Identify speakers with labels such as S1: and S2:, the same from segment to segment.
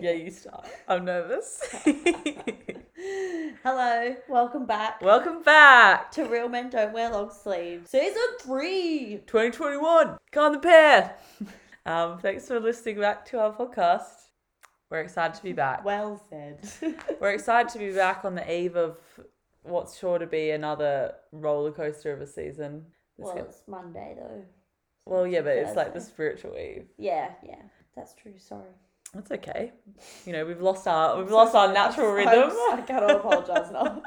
S1: Yeah, you start. I'm nervous.
S2: Hello, welcome back
S1: Welcome back.
S2: to Real Men Don't Wear Long Sleeves, season three.
S1: 2021. Come on the pair. Um, thanks for listening back to our podcast. We're excited to be back.
S2: Well said.
S1: We're excited to be back on the eve of what's sure to be another roller coaster of a season. It's
S2: well,
S1: gonna-
S2: it's Monday though.
S1: well, yeah, but it's like the
S2: Thursday.
S1: spiritual eve.
S2: Yeah, yeah, that's true. Sorry.
S1: That's okay. You know, we've lost our we've
S2: So
S1: lost our
S2: sorry,
S1: natural
S2: I'm-
S1: rhythm.
S2: I cannot apologize now.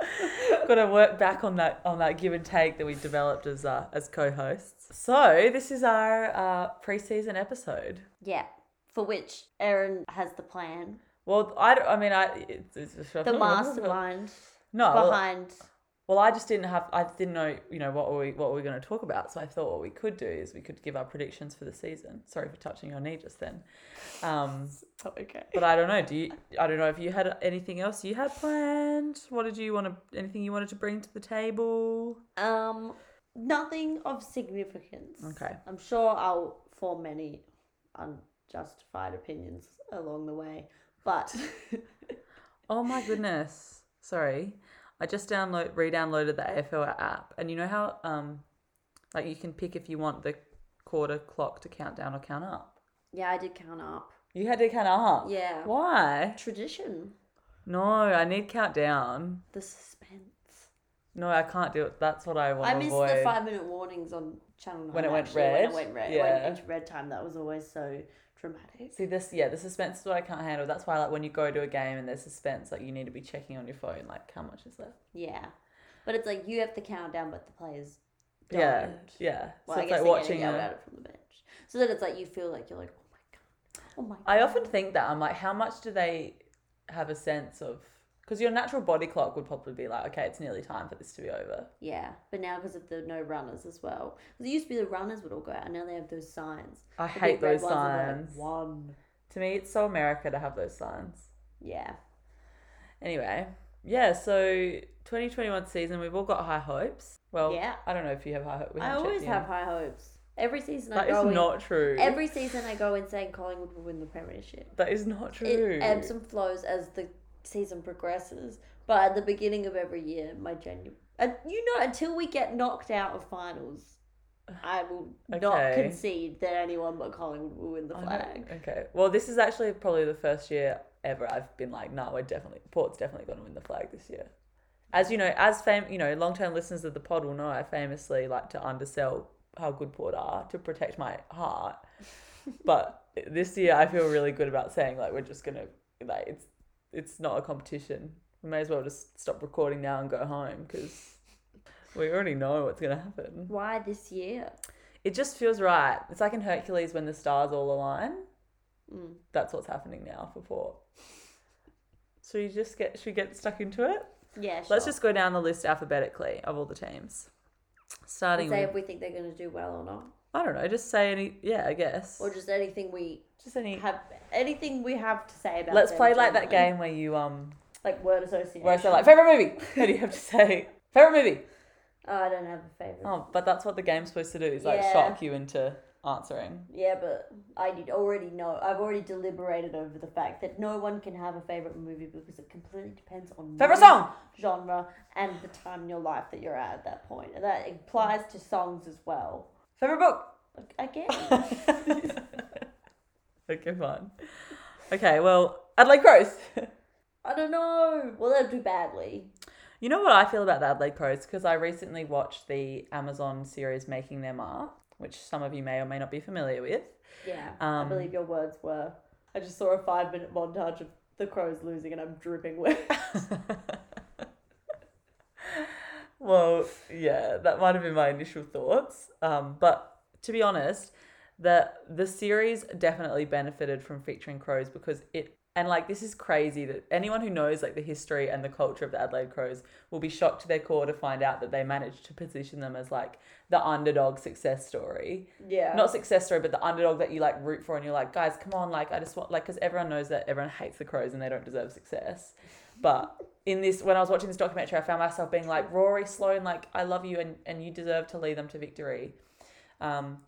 S1: Got to work back on that on that give and take that we developed as uh, as co-hosts. So this is our uh, pre-season episode.
S2: yeah, for which Erin has the plan,
S1: Well, I, don't- I mean, I it's, it's
S2: the mastermind
S1: No, Oh, well,
S2: behind.
S1: well, I just didn't have I didn't know you know what were we what were we going to talk about. So I thought what we could do is we could give our predictions for the season. Sorry for touching your knee just then. Um,
S2: okay.
S1: but I don't know. Do you? I don't know if you had anything else you had planned. What did you want to? Anything you wanted to bring to the table?
S2: Um, nothing of significance.
S1: Okay.
S2: I'm sure I'll form many unjustified opinions along the way, but
S1: Oh my goodness. Sorry. I just download re-downloaded the AFL app and you know how um like you can pick if you want the quarter clock to count down or count up.
S2: yeah, I did count up.
S1: You had to count up.
S2: Yeah.
S1: Why?
S2: Tradition,
S1: No, I need count down.
S2: the suspense.
S1: No, I can't do it. That's what I want
S2: I
S1: to
S2: missed
S1: avoid.
S2: the five minute warnings on Channel 9.
S1: When it went
S2: actually, When
S1: red?
S2: it went red.
S1: Yeah.
S2: When it's red time, that was always so dramatic.
S1: See this yeah, the suspense is what I can't handle. That's why like when you go to a game and there's suspense, like you need to be checking on your phone, like how much is left.
S2: Yeah. But it's like you have the countdown, but the players don't.
S1: Yeah. Yeah.
S2: Well,
S1: so
S2: I guess
S1: it's like
S2: they're watching
S1: watching
S2: yelled
S1: a-
S2: at it from the bench. So then it's like you feel like you're like, oh my God. Oh my God.
S1: I often think that I'm like, how much do they have a sense of? Because your natural body clock would probably be like, okay, it's nearly time for this to be over.
S2: Yeah, but now because of the no runners as well. 'Cause it used to be the runners would all go out, and now they have those signs.
S1: I
S2: The
S1: hate
S2: big red
S1: those
S2: ones and they're like,
S1: signs.
S2: One.
S1: To me, it's so America to have those signs.
S2: Yeah,
S1: Anyway, yeah. So 2021 season, we've all got high hopes. Well,
S2: Yeah.
S1: I don't know if you have high hopes. We
S2: I
S1: haven't checked
S2: always
S1: in.
S2: have high hopes. Every season
S1: That
S2: I go
S1: is
S2: in,
S1: not true.
S2: every season I go in saying Collingwood will win the premiership.
S1: That is not true.
S2: It ebbs and flows as the season progresses, but at the beginning of every year, my genuine, and you know, until we get knocked out of finals, I will not
S1: Okay.
S2: concede that anyone but Collingwood will win the
S1: I know.
S2: flag.
S1: Okay. Well, this is actually probably the first year ever I've been like, no, we're definitely Port's definitely going to win the flag this year. As you know, as fam, you know, long-term listeners of the pod will know, I famously like to undersell how good Port are to protect my heart. but this year, I feel really good about saying like we're just gonna like it's it's not a competition. We may as well just stop recording now and go home because we already know what's gonna happen.
S2: Why this year?
S1: It just feels right. It's like in Hercules when the stars all align
S2: Mm.
S1: that's what's happening now for Port. So you just get should we get stuck into it?
S2: Yeah,
S1: Let's
S2: sure.
S1: just go down the list alphabetically of all the teams. Starting
S2: And say
S1: with
S2: if we think they're going to do well or not,
S1: I don't know, just say any yeah, I guess.
S2: or just anything we
S1: just any
S2: have, anything we have to say about.
S1: Let's
S2: them
S1: play like that
S2: generally.
S1: game where you um
S2: like word association.
S1: where I say like favourite movie. What do you have to say? Favourite movie.
S2: oh, I don't have a favorite.
S1: Oh, but that's what the game's supposed to do, is like
S2: Yeah.
S1: shock you into answering.
S2: Yeah, but I did already know. I've already deliberated over the fact that no one can have a favorite movie because it completely depends on
S1: Favourite
S2: one
S1: song?
S2: genre, and the time in your life that you're at at that point, and that applies to songs as well.
S1: Favourite book?
S2: Again,
S1: okay, fine. Okay, well, Adelaide Crows.
S2: I don't know. Well, they'll do badly.
S1: You know what I feel about the Adelaide Crows? Because I recently watched the Amazon series Making Their Mark, which some of you may or may not be familiar with.
S2: Yeah, I
S1: Um,
S2: believe your words were. I just saw a five minute montage of the crows losing, and I'm dripping wet.
S1: Well, yeah, that might have been my initial thoughts. Um, but to be honest, the the series definitely benefited from featuring crows because it and like this is crazy that anyone who knows like the history and the culture of the Adelaide Crows will be shocked to their core to find out that they managed to position them as like the underdog success story.
S2: yeah,
S1: not success story, but the underdog that you like root for, and you're like, guys, come on, like I just want like because everyone knows that everyone hates the crows and they don't deserve success. But in this, when I was watching this documentary, I found myself being like, Rory Sloan, like I love you and and you deserve to lead them to victory. Um,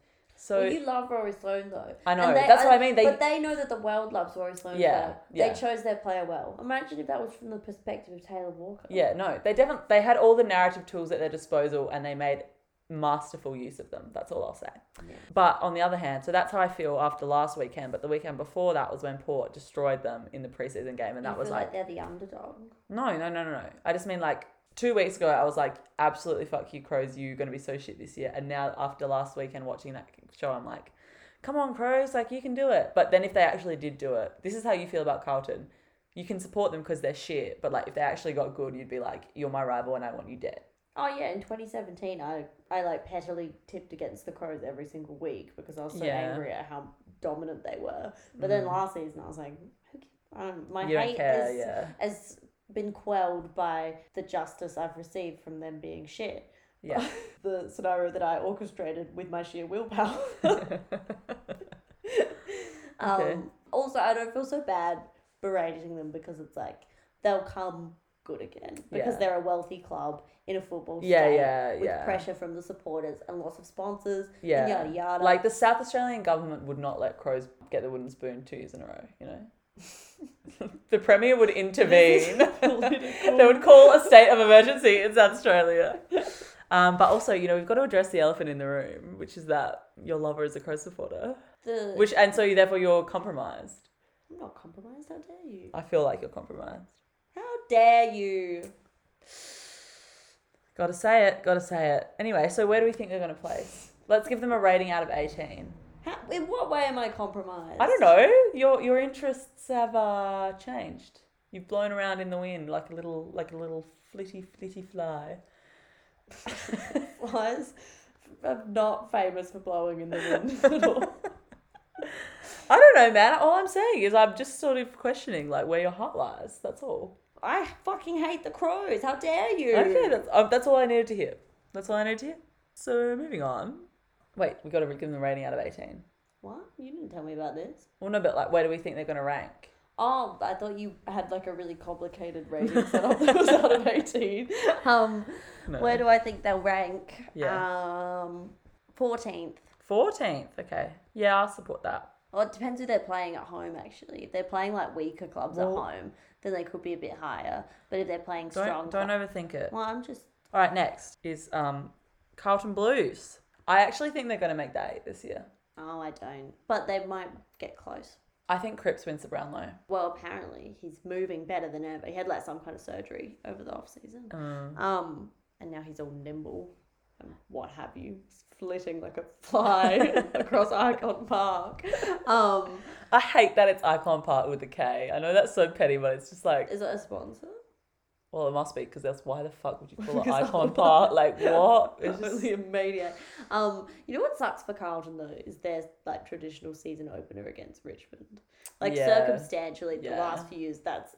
S1: So
S2: well, you love Rory Sloan though.
S1: I know.
S2: And they-
S1: That's what I
S2: and-
S1: mean. They
S2: but they know that the world loves Rory Sloan.
S1: Yeah,
S2: well.
S1: yeah.
S2: They chose their player well. Imagine if that was from the perspective of Taylor Walker.
S1: yeah, no. They definitely they had all the narrative tools at their disposal and they made masterful use of them. That's all I'll say.
S2: Yeah.
S1: But on the other hand, so that's how I feel after last weekend, but the weekend before that was when Port destroyed them in the preseason game and that
S2: You
S1: was
S2: feel
S1: like
S2: like they're the underdog.
S1: No, no, no, no, no. I just mean like two weeks ago, I was like, absolutely fuck you, Crows. You're going to be so shit this year. And now, after last weekend watching that show, I'm like, come on, Crows. Like, you can do it. But then if they actually did do it, this is how you feel about Carlton. You can support them because they're shit. But like, if they actually got good, you'd be like, you're my rival and I want you dead.
S2: Oh yeah, in 2017, I I like pettily tipped against the Crows every single week because I was so
S1: Yeah. Mm.
S2: angry at how dominant they were. But then last season, I was like, who ca- um, my
S1: you don't
S2: hate
S1: care.
S2: is,
S1: yeah.
S2: has been quelled by the justice I've received from them being shit.
S1: Yeah.
S2: the scenario that I orchestrated with my sheer willpower.
S1: Okay.
S2: um, also, I don't feel so bad berating them because it's like they'll come good again because
S1: Yeah.
S2: they're a wealthy club in a football
S1: Yeah,
S2: state
S1: yeah,
S2: with
S1: yeah.
S2: pressure from the supporters and lots of sponsors
S1: Yeah.
S2: and yada yada.
S1: Like the South Australian government would not let crows get the wooden spoon two years in a row, you know? the Premier would intervene.
S2: political.
S1: they would call a state of emergency in South Australia. Um, but also, you know, we've got to address the elephant in the room, which is that your lover is a crow supporter.
S2: the,
S1: Which and so you therefore you're compromised.
S2: I'm not compromised. How dare you?
S1: I feel like you're compromised.
S2: How dare you?
S1: Gotta say it, gotta say it. Anyway, so where do we think they're gonna place? Let's give them a rating out of eighteen.
S2: How, in what way am I compromised?
S1: I don't know. Your your interests have uh, changed. You've blown around in the wind like a little like a little flitty flitty fly.
S2: Flies. I'm not famous for blowing in the wind at all.
S1: I don't know, man. All I'm saying is I'm just sort of questioning like where your heart lies. That's all.
S2: I fucking hate the crows. How dare you?
S1: Okay, that's um, that's all I needed to hear. That's all I needed to hear. So moving on. Wait, we got to give them a rating out of eighteen.
S2: What? You didn't tell me about this.
S1: Well, no, but like, where do we think they're gonna rank?
S2: Oh, I thought you had like a really complicated rating set up that was out of 18. Um,
S1: No.
S2: Where do I think they'll rank?
S1: Yeah.
S2: Um, 14th.
S1: Fourteenth. Okay. Yeah, I'll support that.
S2: Well, it depends who they're playing at home, actually. If they're playing like weaker clubs
S1: Well-
S2: at home, then they could be a bit higher. But if they're playing
S1: Don't
S2: strong.
S1: don't
S2: cl-
S1: overthink it.
S2: Well, I'm just.
S1: All right, next is um, Carlton Blues. I actually think they're going to make that eight this year.
S2: Oh, I don't. But they might get close.
S1: I think Cripps wins the Brownlow.
S2: Well, apparently he's moving better than ever. He had like some kind of surgery over the off season.
S1: Mm.
S2: Um, and now he's all nimble and what have you, He's flitting like a fly across Icon Park. Um,
S1: I hate that it's Icon Park with the K. I know that's so petty, but it's just like,
S2: is it a sponsor?
S1: well, it must be because that's why the fuck would you call it
S2: Because
S1: Icon
S2: I'm-
S1: Park? Like what?
S2: It's
S1: It's just,
S2: only a maniac. Um, you know what sucks for Carlton though is their like traditional season opener against Richmond. Like
S1: Yeah.
S2: circumstantially, the
S1: Yeah.
S2: last few years that's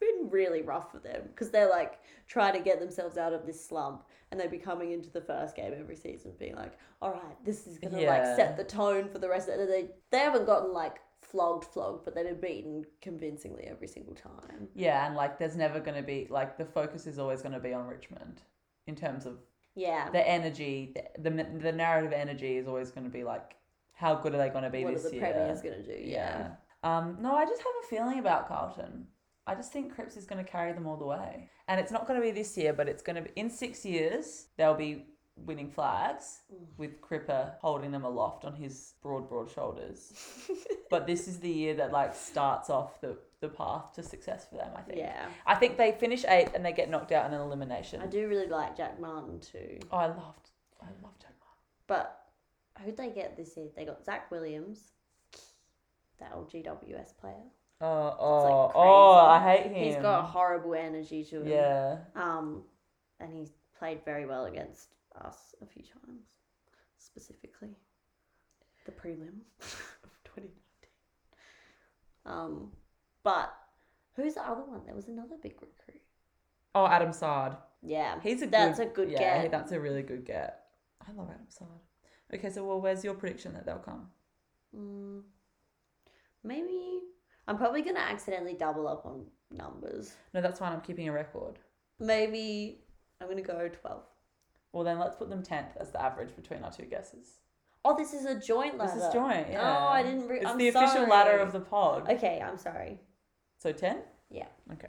S2: been really rough for them because they're like trying to get themselves out of this slump and they'd be coming into the first game every season being like, all right, this is gonna
S1: Yeah.
S2: like set the tone for the rest of it. They they haven't gotten like flogged, flogged, but they've been beaten convincingly every single time.
S1: yeah, and like, there's never going to be like the focus is always going to be on Richmond in terms of
S2: Yeah.
S1: the energy. The the, the narrative energy is always going to be like, how good are they going to be
S2: What are
S1: this
S2: the
S1: year?
S2: Premier's gonna do?
S1: Yeah. Um, no, I just have a feeling about Carlton. I just think Cripps is going to carry them all the way. And it's not going to be this year, but it's going to be in six years, they'll be winning flags
S2: Mm.
S1: with Cripper holding them aloft on his broad, broad shoulders. but this is the year that like starts off the, the path to success for them, I think.
S2: Yeah.
S1: I think they finish eighth and they get knocked out in an elimination.
S2: I do really like Jack Martin too.
S1: Oh, I loved, I loved Jack Martin.
S2: But who'd they get this year? They got Zach Williams, that old GWS player.
S1: Oh,
S2: like,
S1: oh,
S2: crazy.
S1: oh, I hate him.
S2: He's got horrible energy to him.
S1: Yeah.
S2: Um, and he's played very well against us a few times, specifically the prelim of 2019. Um, but who's the other one? There was another big recruit.
S1: Oh, Adam Sard.
S2: Yeah,
S1: He's a
S2: that's
S1: good,
S2: a good
S1: yeah,
S2: get.
S1: That's a really good get. I love Adam Sard. Okay, so well, where's your prediction that they'll come?
S2: Mm, maybe I'm probably gonna accidentally double up on numbers.
S1: No, that's fine. I'm keeping a record.
S2: Maybe I'm gonna go twelve.
S1: Well, then let's put them tenth as the average between our two guesses.
S2: Oh, this is a joint
S1: This
S2: ladder.
S1: is joint.
S2: No,
S1: Yeah.
S2: Oh, I didn't. Re-
S1: It's
S2: I'm
S1: the official ladder of the pod.
S2: sorry. Okay, I'm sorry.
S1: So ten.
S2: Yeah.
S1: Okay.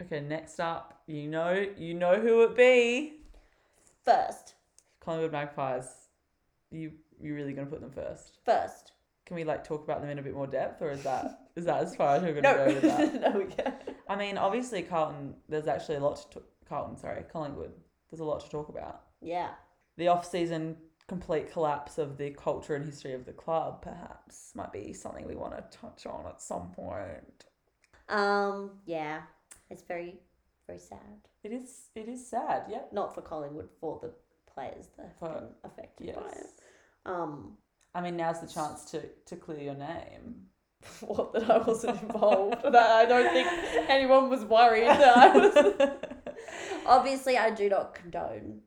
S1: Okay. Next up, you know, you know who it be.
S2: First,
S1: Collingwood Magpies. You you really gonna put them first?
S2: first.
S1: Can we like talk about them in a bit more depth, or is that is that as far as we're gonna
S2: No,
S1: go with that?
S2: no, we can't.
S1: I mean, obviously Carlton. There's actually a lot to t- Carlton. Sorry, Collingwood. There's a lot to talk about.
S2: Yeah.
S1: The off-season complete collapse of the culture and history of the club, perhaps, might be something we want to touch on at some point.
S2: Um. Yeah. It's very, very sad.
S1: It is. It is sad. Yep.
S2: Not for Collingwood, for the players that have
S1: For-
S2: been affected
S1: Yes.
S2: by it. Um.
S1: I mean, now's the chance to to clear your name.
S2: What that I wasn't involved. that I don't think anyone was worried that I was. Obviously, I do not condone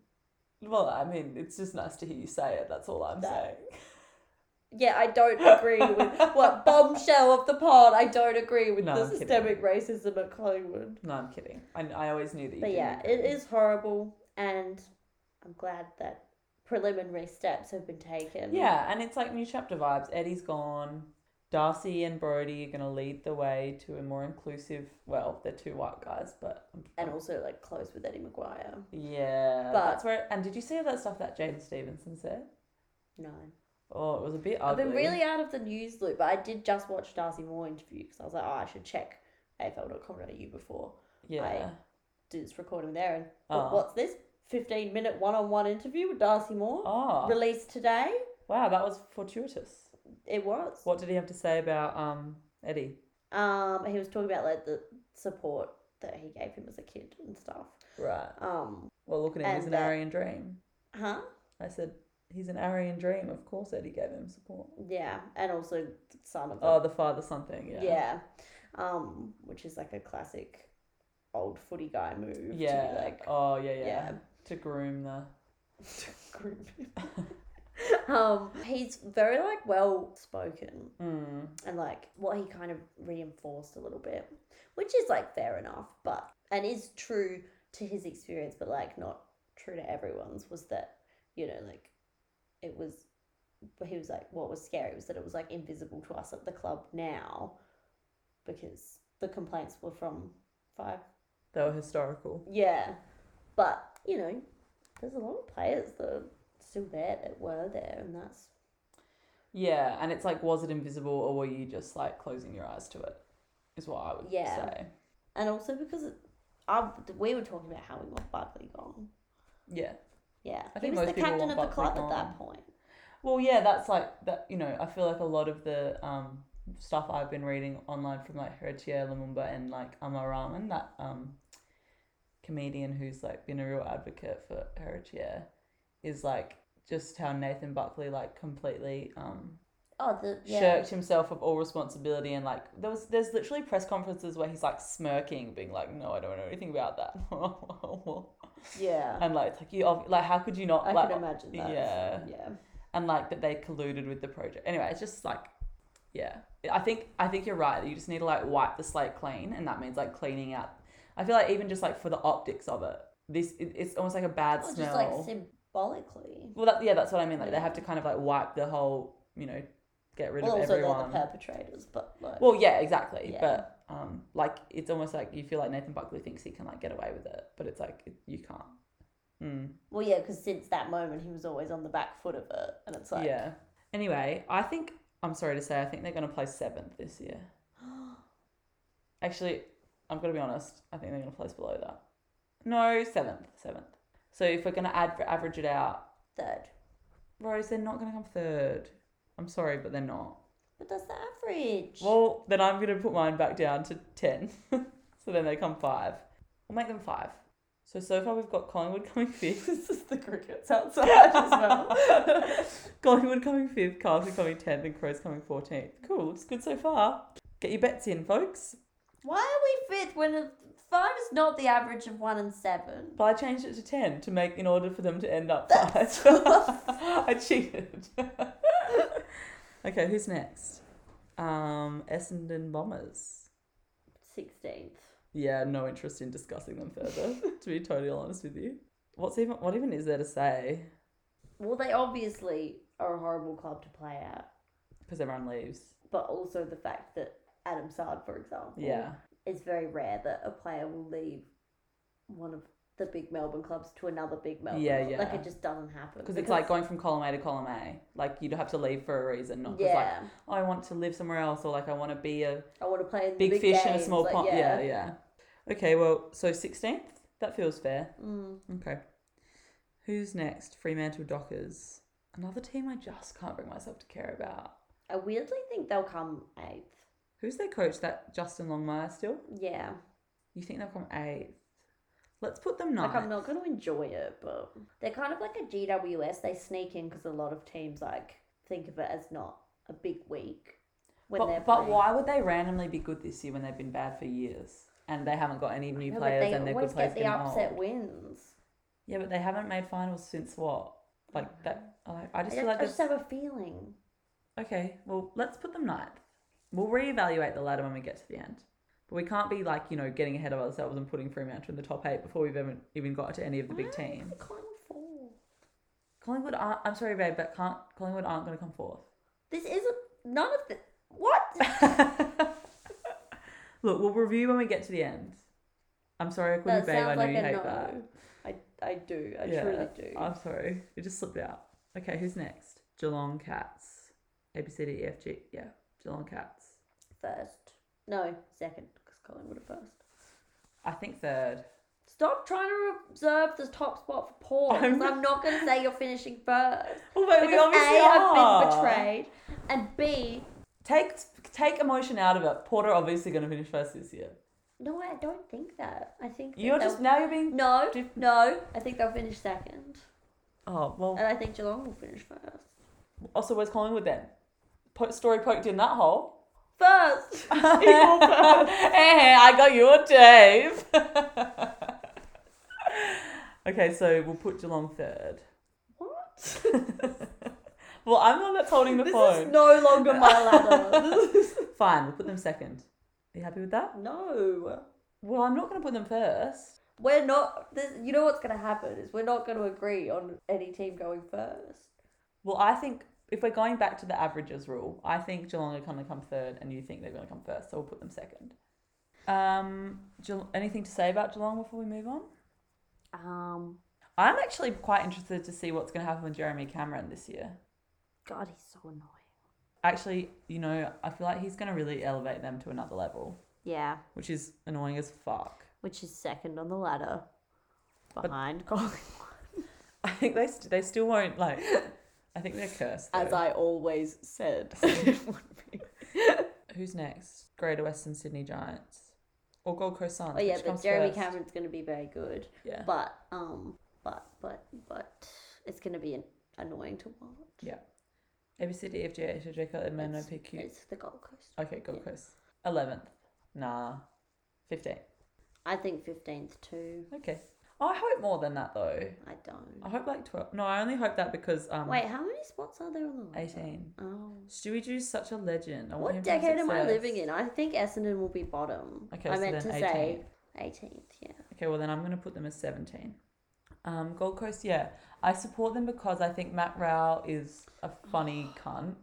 S1: well, I mean, it's just nice to hear you say it. That's all I'm
S2: That-
S1: saying.
S2: Yeah, I don't agree with what bombshell of the pod. I don't agree with
S1: No,
S2: the
S1: I'm kidding.
S2: systemic racism at Collingwood.
S1: No, I'm kidding. I, I always knew that. You
S2: But yeah, it
S1: didn't.
S2: is horrible, and I'm glad that preliminary steps have been taken.
S1: Yeah, and it's like new chapter vibes. Eddie's gone. Darcy and Brody are gonna lead the way to a more inclusive. Well, they're two white guys, but
S2: and also like close with Eddie McGuire.
S1: yeah,
S2: But-
S1: that's where. And did you see all that stuff that Jaden Stevenson said?
S2: No,
S1: Oh, it was a bit
S2: I've
S1: ugly.
S2: been really out of the news loop, but I did just watch Darcy Moore interview because I was like, oh, I should check AFL.com.au before
S1: yeah.
S2: I- do this recording there. And
S1: Oh.
S2: what's this? 15 minute one on one interview with Darcy Moore
S1: oh,
S2: released today.
S1: wow, that was fortuitous.
S2: It was.
S1: What did he have to say about um Eddie?
S2: Um, he was talking about like the support that he gave him as a kid and stuff.
S1: Right.
S2: Um,
S1: Well, look at him. He's
S2: And
S1: an
S2: that-
S1: Aryan dream.
S2: huh?
S1: I said he's an Aryan dream. Of course, Eddie gave him support.
S2: Yeah, and also son of
S1: Oh,
S2: a,
S1: the father something. Yeah.
S2: yeah. um, which is like a classic old footy guy move. to be
S1: Yeah.
S2: like
S1: oh yeah, yeah.
S2: yeah.
S1: To groom the.
S2: um, he's very like well spoken
S1: Mm.
S2: and like what he kind of reinforced a little bit, which is like fair enough, but and is true to his experience, but like not true to everyone's. Was that you know like it was, but he was like what was scary was that it was like invisible to us at the club now, because the complaints were from five
S1: They were historical.
S2: yeah, but you know there's a lot of players that are still there that were there, and that's
S1: Yeah, and it's like, was it invisible or were you just like closing your eyes to it? Is what I would
S2: Yeah.
S1: say.
S2: and also because it, I, we were talking about how we want Buckley gone.
S1: Yeah.
S2: Yeah, he
S1: I think
S2: was
S1: most
S2: the
S1: people
S2: captain of
S1: want
S2: the
S1: Buckley
S2: club at that point.
S1: Well, yeah, that's like that. You know, I feel like a lot of the um stuff I've been reading online from like Heritier Lumumba and like Amar Rahman, that um comedian who's like been a real advocate for Heritier, is like just how Nathan Buckley like completely um
S2: Oh, the yeah,
S1: shirked himself of all responsibility and like there was there's literally press conferences where he's like smirking being like no I don't know anything about that
S2: yeah.
S1: and like it's like you ob- like how could you not
S2: I
S1: like
S2: can imagine that.
S1: yeah
S2: yeah,
S1: and like that they colluded with the project anyway it's just like yeah I think I think you're right you just need to like wipe the slate clean and that means like cleaning up I feel like even just like for the optics of it this it, it's almost like a bad
S2: Or
S1: smell
S2: just like symbolically.
S1: well that, yeah that's what I mean like
S2: Yeah.
S1: they have to kind of like wipe the whole you know get rid
S2: Well,
S1: of
S2: also
S1: everyone
S2: they're the perpetrators, but like,
S1: Well, yeah, exactly.
S2: Yeah.
S1: But um, like it's almost like you feel like Nathan Buckley thinks he can like get away with it, but it's like it- you can't. Mm.
S2: well, yeah, because since that moment he was always on the back foot of it, and it's like,
S1: yeah. Anyway, I think I'm sorry to say I think they're going to play seventh this year. Actually, I'm going to be honest. I think they're going to place below that. No, seventh, seventh. So if we're going to add average it out,
S2: third.
S1: Rose, they're not going to come third. I'm sorry, but they're not.
S2: But that's the average.
S1: Well, then I'm going to put mine back down to 10. so then they come five. We'll make them five. So, so far we've got Collingwood coming fifth.
S2: this is the crickets outside as
S1: Collingwood coming fifth, Carlton coming 10th, and Crows coming 14th. Cool, looks good so far. Get your bets in, folks.
S2: Why are we fifth when a- five is not the average of one and seven?
S1: But I changed it to 10 to make in order for them to end up
S2: That's
S1: five. I cheated. okay, who's next? Um, Essendon Bombers.
S2: Sixteenth.
S1: Yeah, no interest in discussing them further, to be totally honest with you. What's even what even is there to say?
S2: Well, they obviously are a horrible club to play at.
S1: because everyone leaves.
S2: But also the fact that Adam Sard, for example,
S1: Yeah,
S2: it's very rare that a player will leave one of the big Melbourne clubs to another big Melbourne.
S1: Yeah,
S2: club.
S1: yeah.
S2: Like it just doesn't happen
S1: because it's like going from column A to column A. Like you'd have to leave for a reason, not just like
S2: yeah,
S1: oh, I want to live somewhere else or like I want to be a
S2: I want to play in the
S1: big, fish in a
S2: games,
S1: small
S2: like,
S1: pond. Yeah. yeah, Okay, well, so sixteenth. That feels fair.
S2: Mm.
S1: Okay. Who's next? Fremantle Dockers. Another team I just can't bring myself to care about.
S2: I weirdly think they'll come eighth.
S1: Who's their coach? That Justin Longmire still?
S2: Yeah,
S1: You think they'll come eighth? Let's put them ninth.
S2: like I'm not going to enjoy it, but they're kind of like a GWS. They sneak in because a lot of teams like think of it as not a big week when they're
S1: but, but
S2: playing.
S1: why would they randomly be good this year when they've been bad for years and they haven't got any new
S2: No, but
S1: players
S2: they
S1: and their good
S2: always
S1: players
S2: get the
S1: been
S2: upset
S1: old?
S2: wins.
S1: Yeah, but they haven't made finals since what? Like that. Like, I
S2: I
S1: just
S2: just,
S1: feel like
S2: I just
S1: there's-
S2: have a feeling.
S1: Okay, well, let's put them ninth. We'll reevaluate the ladder when we get to the end. But we can't be like, you know, getting ahead of ourselves and putting Fremantle in the top eight before we've even, even got to any of the big
S2: Why is
S1: teams.
S2: the Collingwood four?
S1: Collingwood aren't, I'm sorry, babe, but can't, Collingwood aren't going to come fourth.
S2: This isn't none of the what?
S1: Look, we'll review when we get to the end. I'm sorry I
S2: that
S1: couldn't, babe. I
S2: sounds
S1: know
S2: like
S1: you
S2: a
S1: hate
S2: no.
S1: that.
S2: I I do. I
S1: Yeah,
S2: truly do.
S1: I'm sorry. It just slipped out. Okay, who's next? Geelong Cats. A, B, C, D, E, F, G. Yeah, Geelong Cats.
S2: first, no, second, because Collingwood are first.
S1: I think third.
S2: Stop trying to reserve the top spot for Paul. 'cause
S1: I'm-
S2: I'm, not going to say you're finishing first.
S1: Well, but
S2: Because A, I've been betrayed, and B,
S1: Take oh. take emotion out of it. Porter obviously going to finish first this year.
S2: no, I don't think that. I think that
S1: You're
S2: they'll-
S1: just now you're being
S2: no,
S1: diff-
S2: no. I think they'll finish second,
S1: oh well.
S2: and I think Geelong will finish first.
S1: Also, where's Collingwood then? Po- story poked in that hole.
S2: First, Equal first.
S1: hey, I got you a Dave. okay, so we'll put Geelong third.
S2: What?
S1: well, I'm the one that's holding the
S2: this
S1: phone.
S2: is no longer my ladder. This is-
S1: Fine, we'll put them second. Are you happy with that?
S2: no.
S1: Well, I'm not going to put them first.
S2: We're not. This, you know what's going to happen is we're not going to agree on any team going first.
S1: Well, I think if we're going back to the averages rule, I think Geelong are going to come third, and you think they're going to come first, so we'll put them second. Um, Geel- anything to say about Geelong before we move on?
S2: Um.
S1: I'm actually quite interested to see what's going to happen with Jeremy Cameron this year.
S2: God, he's so annoying.
S1: Actually, you know, I feel like he's going to really elevate them to another level,
S2: Yeah,
S1: which is annoying as fuck.
S2: which is second on the ladder, behind Collingwood.
S1: I think they st- they still won't like. I think they're cursed.
S2: As
S1: though.
S2: I always said, it would be.
S1: Who's next? Greater Western Sydney Giants or Gold Coast Suns?
S2: Oh yeah,
S1: which
S2: but
S1: comes
S2: Jeremy
S1: first?
S2: Cameron's going to be very good.
S1: Yeah.
S2: But um, but but but it's going to be an- annoying to watch.
S1: Yeah. A B C D E F G H I J K L M N O
S2: It's-
S1: P Q.
S2: It's the Gold Coast.
S1: Okay, Gold Coast. Eleventh. Nah. Fifteenth.
S2: I think fifteenth too.
S1: Okay. Oh, I hope more than that though.
S2: I don't.
S1: I hope like twelve. No, I only hope that because um.
S2: Wait, how many spots are there on the ladder?
S1: Eighteen.
S2: Oh.
S1: Stewie Jew's such a legend. I want
S2: What
S1: him to have
S2: decade am I
S1: success.
S2: living in? I think Essendon will be bottom.
S1: Okay,
S2: I
S1: so
S2: meant
S1: then
S2: to say 18th, yeah.
S1: Okay, well then I'm gonna put them as seventeen. Um, Gold Coast, yeah, I support them because I think Matt Rao is a funny cunt,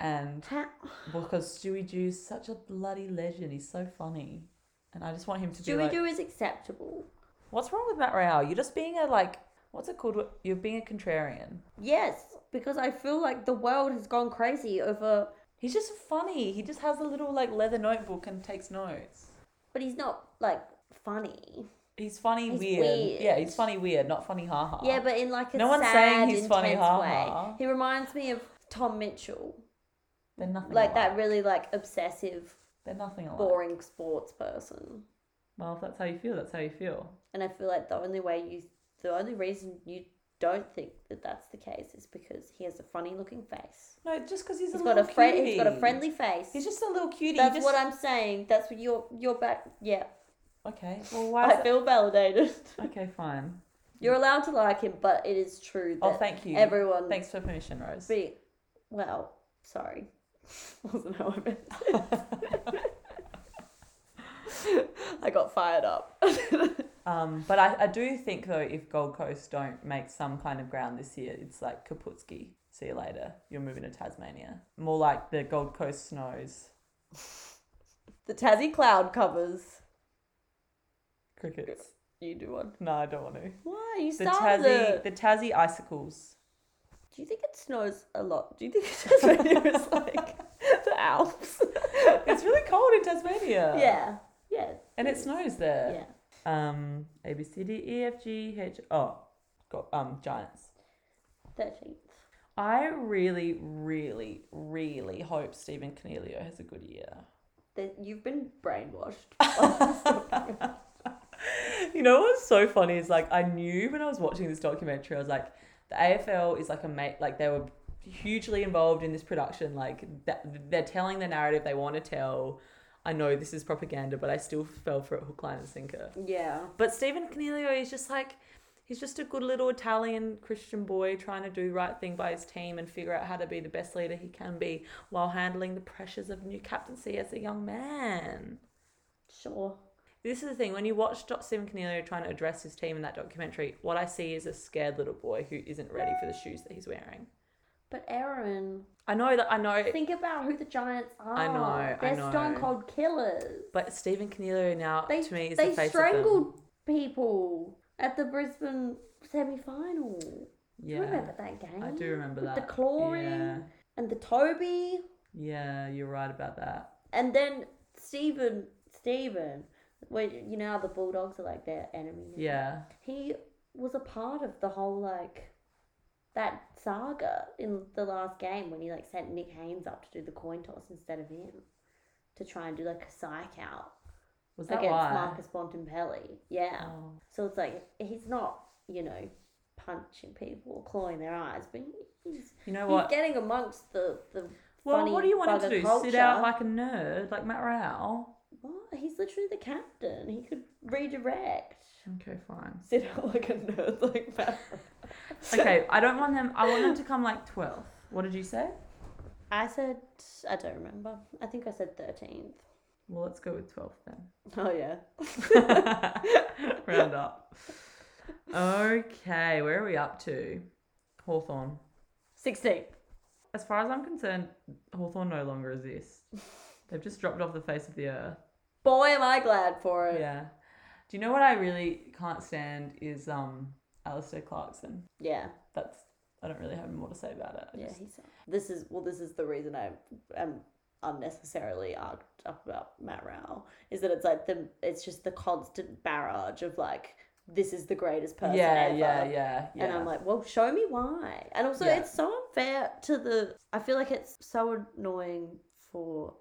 S1: and
S2: Ta-
S1: because Stewie Jew's such a bloody legend. He's so funny, and I just want him to
S2: Do
S1: be
S2: we
S1: like,
S2: do is acceptable.
S1: what's wrong with Matt Rao? You're just being a like, what's it called? You're being a contrarian.
S2: Yes, because I feel like the world has gone crazy over.
S1: He's just funny. He just has a little like leather notebook and takes notes.
S2: But he's not, like, funny.
S1: He's funny,
S2: He's
S1: weird. Yeah, he's
S2: weird.
S1: funny, weird, not funny, haha.
S2: Yeah, but in, like, a
S1: Oh. No one's
S2: sad,
S1: saying he's
S2: intense
S1: funny,
S2: way.
S1: haha.
S2: He reminds me of Tom Mitchell.
S1: they're nothing
S2: Like,
S1: alike.
S2: that really, like, obsessive,
S1: They're nothing alike.
S2: boring sports person.
S1: Well, if that's how you feel, that's how you feel.
S2: And I feel like the only way you, the only reason you don't think that that's the case is because he has a funny looking face.
S1: No, just because he's,
S2: He's
S1: a
S2: got
S1: little
S2: a friend. He's got a
S1: cutie.
S2: friendly face.
S1: He's just a little cutie.
S2: That's
S1: just...
S2: what I'm saying. That's what you're. You're back. Yeah.
S1: Okay. Well, why? Is
S2: I feel validated.
S1: that- Okay, fine.
S2: You're allowed to like him, but it is true that
S1: Oh, thank you.
S2: everyone.
S1: Thanks for permission, Rose.
S2: Be, well, sorry. Wasn't how I meant. it. I got fired up.
S1: Um, but I, I do think though, if Gold Coast don't make some kind of ground this year, it's like Kaputski. See you later. You're moving to Tasmania. More like the Gold Coast snows.
S2: The Tassie cloud covers.
S1: Crickets.
S2: You do one.
S1: No, I don't want to.
S2: Why you
S1: The
S2: started
S1: Tassie,
S2: it?
S1: the Tassie icicles.
S2: Do you think it snows a lot? Do you think Tasmania is like the Alps?
S1: It's really cold in Tasmania.
S2: yeah, yeah.
S1: And it snows there.
S2: Yeah.
S1: Um, A B C D E F G H. Oh, got um giants.
S2: Thirteenth.
S1: I really, really, really hope Stephen Cornelio has a good year.
S2: That you've been brainwashed.
S1: You know what's so funny is like I knew when I was watching this documentary, I was like, the AFL is like a mate, like they were hugely involved in this production. Like that, they're telling the narrative they want to tell. I know this is propaganda, but I still fell for it hook, line, and sinker.
S2: yeah.
S1: But Stephen Cornelio is just like, he's just a good little Italian Christian boy trying to do right thing by his team and figure out how to be the best leader he can be while handling the pressures of new captaincy as a young man.
S2: Sure.
S1: This is the thing when you watch Do- Stephen Cornelio trying to address his team in that documentary, what I see is a scared little boy who isn't ready for the shoes that he's wearing.
S2: But Aaron,
S1: I know that I know,
S2: think about who the Giants are.
S1: I know, I
S2: They're
S1: know.
S2: stone cold killers.
S1: but Stephen Cornelio now
S2: They
S1: to me is
S2: they
S1: the face of them.
S2: strangled people at the Brisbane semi final.
S1: Yeah,
S2: I remember that game.
S1: I do remember
S2: With
S1: that.
S2: The clawing
S1: Yeah.
S2: and the Toby.
S1: yeah, you're right about that.
S2: And then Stephen, Stephen, when you know how the Bulldogs are like their enemy. now?
S1: Yeah,
S2: He was a part of the whole like that saga in the last game when he like sent Nick Haynes up to do the coin toss instead of him to try and do like a psych out
S1: was that
S2: against
S1: why?
S2: Marcus Bontempelli. Yeah.
S1: Oh.
S2: So it's like he's not, you know, punching people or clawing their eyes, but he's,
S1: You know
S2: he's
S1: what?
S2: getting amongst the the
S1: Well,
S2: funny
S1: what do you want him
S2: bugger
S1: to do? Sit
S2: culture.
S1: out like a nerd, like Matt Rao?
S2: What? He's literally the captain. He could redirect.
S1: Okay, fine.
S2: Sit out like a nerd, like that.
S1: Okay, I don't want them. I want them to come like twelfth. What did you say?
S2: I said I don't remember. I think I said thirteenth.
S1: Well, let's go with twelfth then.
S2: Oh yeah.
S1: Round up. Okay, where are we up to? Hawthorn.
S2: Sixteenth.
S1: As far as I'm concerned, Hawthorn no longer exists. They've just dropped off the face of the earth.
S2: Boy am I glad for it.
S1: Yeah. Do you know what I really can't stand is um Alistair Clarkson.
S2: Yeah.
S1: That's I don't really have more to say about it. I
S2: Yeah,
S1: just-
S2: he said. This is well. This is the reason I am unnecessarily arced up about Matt Rao is that it's like the it's just the constant barrage of like this is the greatest person
S1: yeah,
S2: ever.
S1: yeah, yeah, yeah.
S2: And I'm like, well, show me why. And also,
S1: Yeah.
S2: it's so unfair to the. I feel like it's so annoying for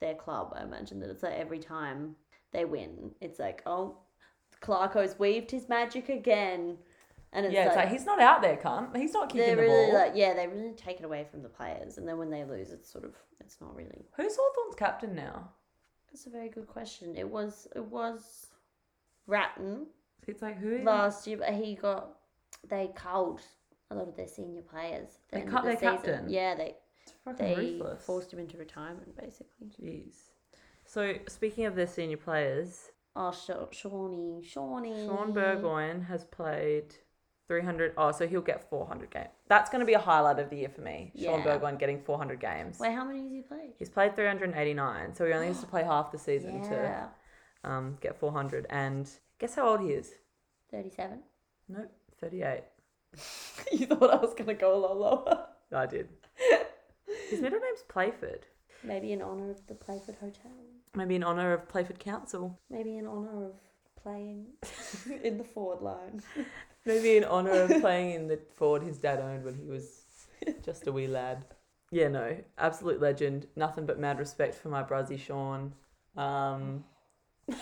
S2: their club. I imagine that it's like every time they win, it's like, oh, Clarko's weaved his magic again, and it's
S1: yeah,
S2: like,
S1: it's like he's not out there, cunt. He's not kicking
S2: they're
S1: the
S2: really
S1: ball.
S2: like yeah, they really take it away from the players, and then when they lose, it's sort of it's not really.
S1: Who's Hawthorn's captain now?
S2: That's a very good question. It was it was Ratton
S1: It's like who?
S2: last year, but he got they culled a lot of their senior players. at the
S1: They
S2: end
S1: cut
S2: of the
S1: their
S2: season.
S1: captain?
S2: Yeah, they
S1: It's fucking
S2: they
S1: ruthless.
S2: forced him into retirement basically.
S1: Jeez. So speaking of their senior players,
S2: Oh, Sha- Shawnee, Shawnee,
S1: Sean Burgoyne has played 300. Oh, so he'll get 400 games. That's going to be a highlight of the year for me. Sean
S2: Yeah.
S1: Burgoyne getting 400 games.
S2: Wait, how many has he played?
S1: He's played 389, so he only has to play half the season
S2: Yeah,
S1: to um, get 400. And guess how old he is?
S2: thirty-seven.
S1: Nope, 38.
S2: you thought I was gonna go a lot lower.
S1: I did. His middle name's Playford.
S2: Maybe in honor of the Playford Hotel.
S1: Maybe in honour of Playford Council.
S2: Maybe in honor of playing in the forward line.
S1: Maybe in honour of playing in the Ford his dad owned when he was just a wee lad. Yeah, no, absolute legend. Nothing but mad respect for my brazzy Sean. Um,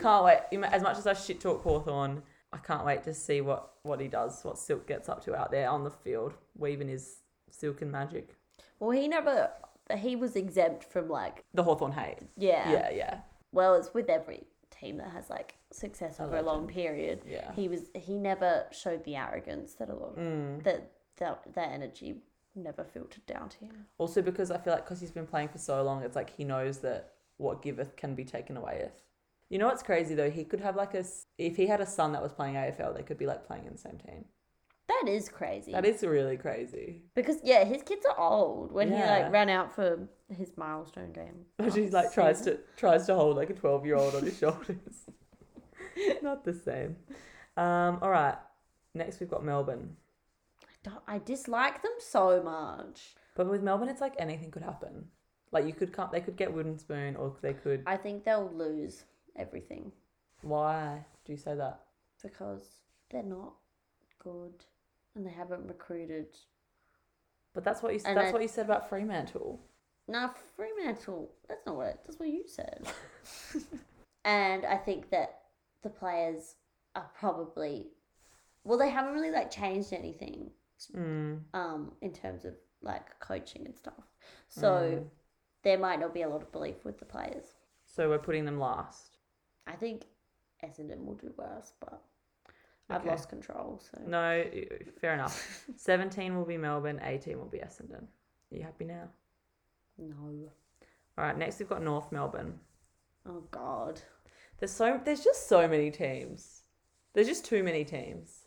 S1: can't wait. You know, As much as I shit talk Hawthorn, I can't wait to see what, what he does, what Silk gets up to out there on the field, weaving his silken magic.
S2: Well, he never. He was exempt from like
S1: The Hawthorn hate.
S2: yeah.
S1: Yeah, yeah,
S2: Well, it's with every team that has like success
S1: A
S2: over a long
S1: legend.
S2: period.
S1: yeah.
S2: He was. He never showed the arrogance that a lot of,
S1: Mm.
S2: that that that energy never filtered down to him.
S1: Also because I feel like because he's been playing for so long, it's like he knows that what giveth can be taken awayeth. You know what's crazy though? He could have like a s- if he had a son that was playing AFL, they could be like playing in the same team.
S2: They That is crazy.
S1: That is really crazy.
S2: because yeah, his kids are old when he
S1: Yeah.
S2: like ran out for his milestone game. Oh,
S1: But she
S2: last
S1: like tries
S2: season.
S1: to tries to hold like a twelve year old on his shoulders. Not the same. Um, all right. Next we've got Melbourne.
S2: Don't- I dislike them so much.
S1: But with Melbourne it's like anything could happen. Like you could come they could get wooden spoon or they could
S2: I think they'll lose everything
S1: Why do you say that?
S2: because they're not good and they haven't recruited.
S1: But that's what you
S2: And
S1: that's
S2: I-
S1: what you said about Fremantle.
S2: Nah, Fremantle. That's not what. It, that's what you said. and I think that the players are probably well, they haven't really like changed anything
S1: Mm.
S2: um in terms of like coaching and stuff. So
S1: Mm.
S2: there might not be a lot of belief with the players.
S1: So we're putting them last.
S2: I think Essendon will do worse, but I've
S1: Okay.
S2: lost control. So
S1: No, y- fair enough. Seventeen will be Melbourne, eighteen will be Essendon. Are you happy now?
S2: no.
S1: All right, next we've got North Melbourne.
S2: Oh God.
S1: There's so there's just so many teams. There's just too many teams.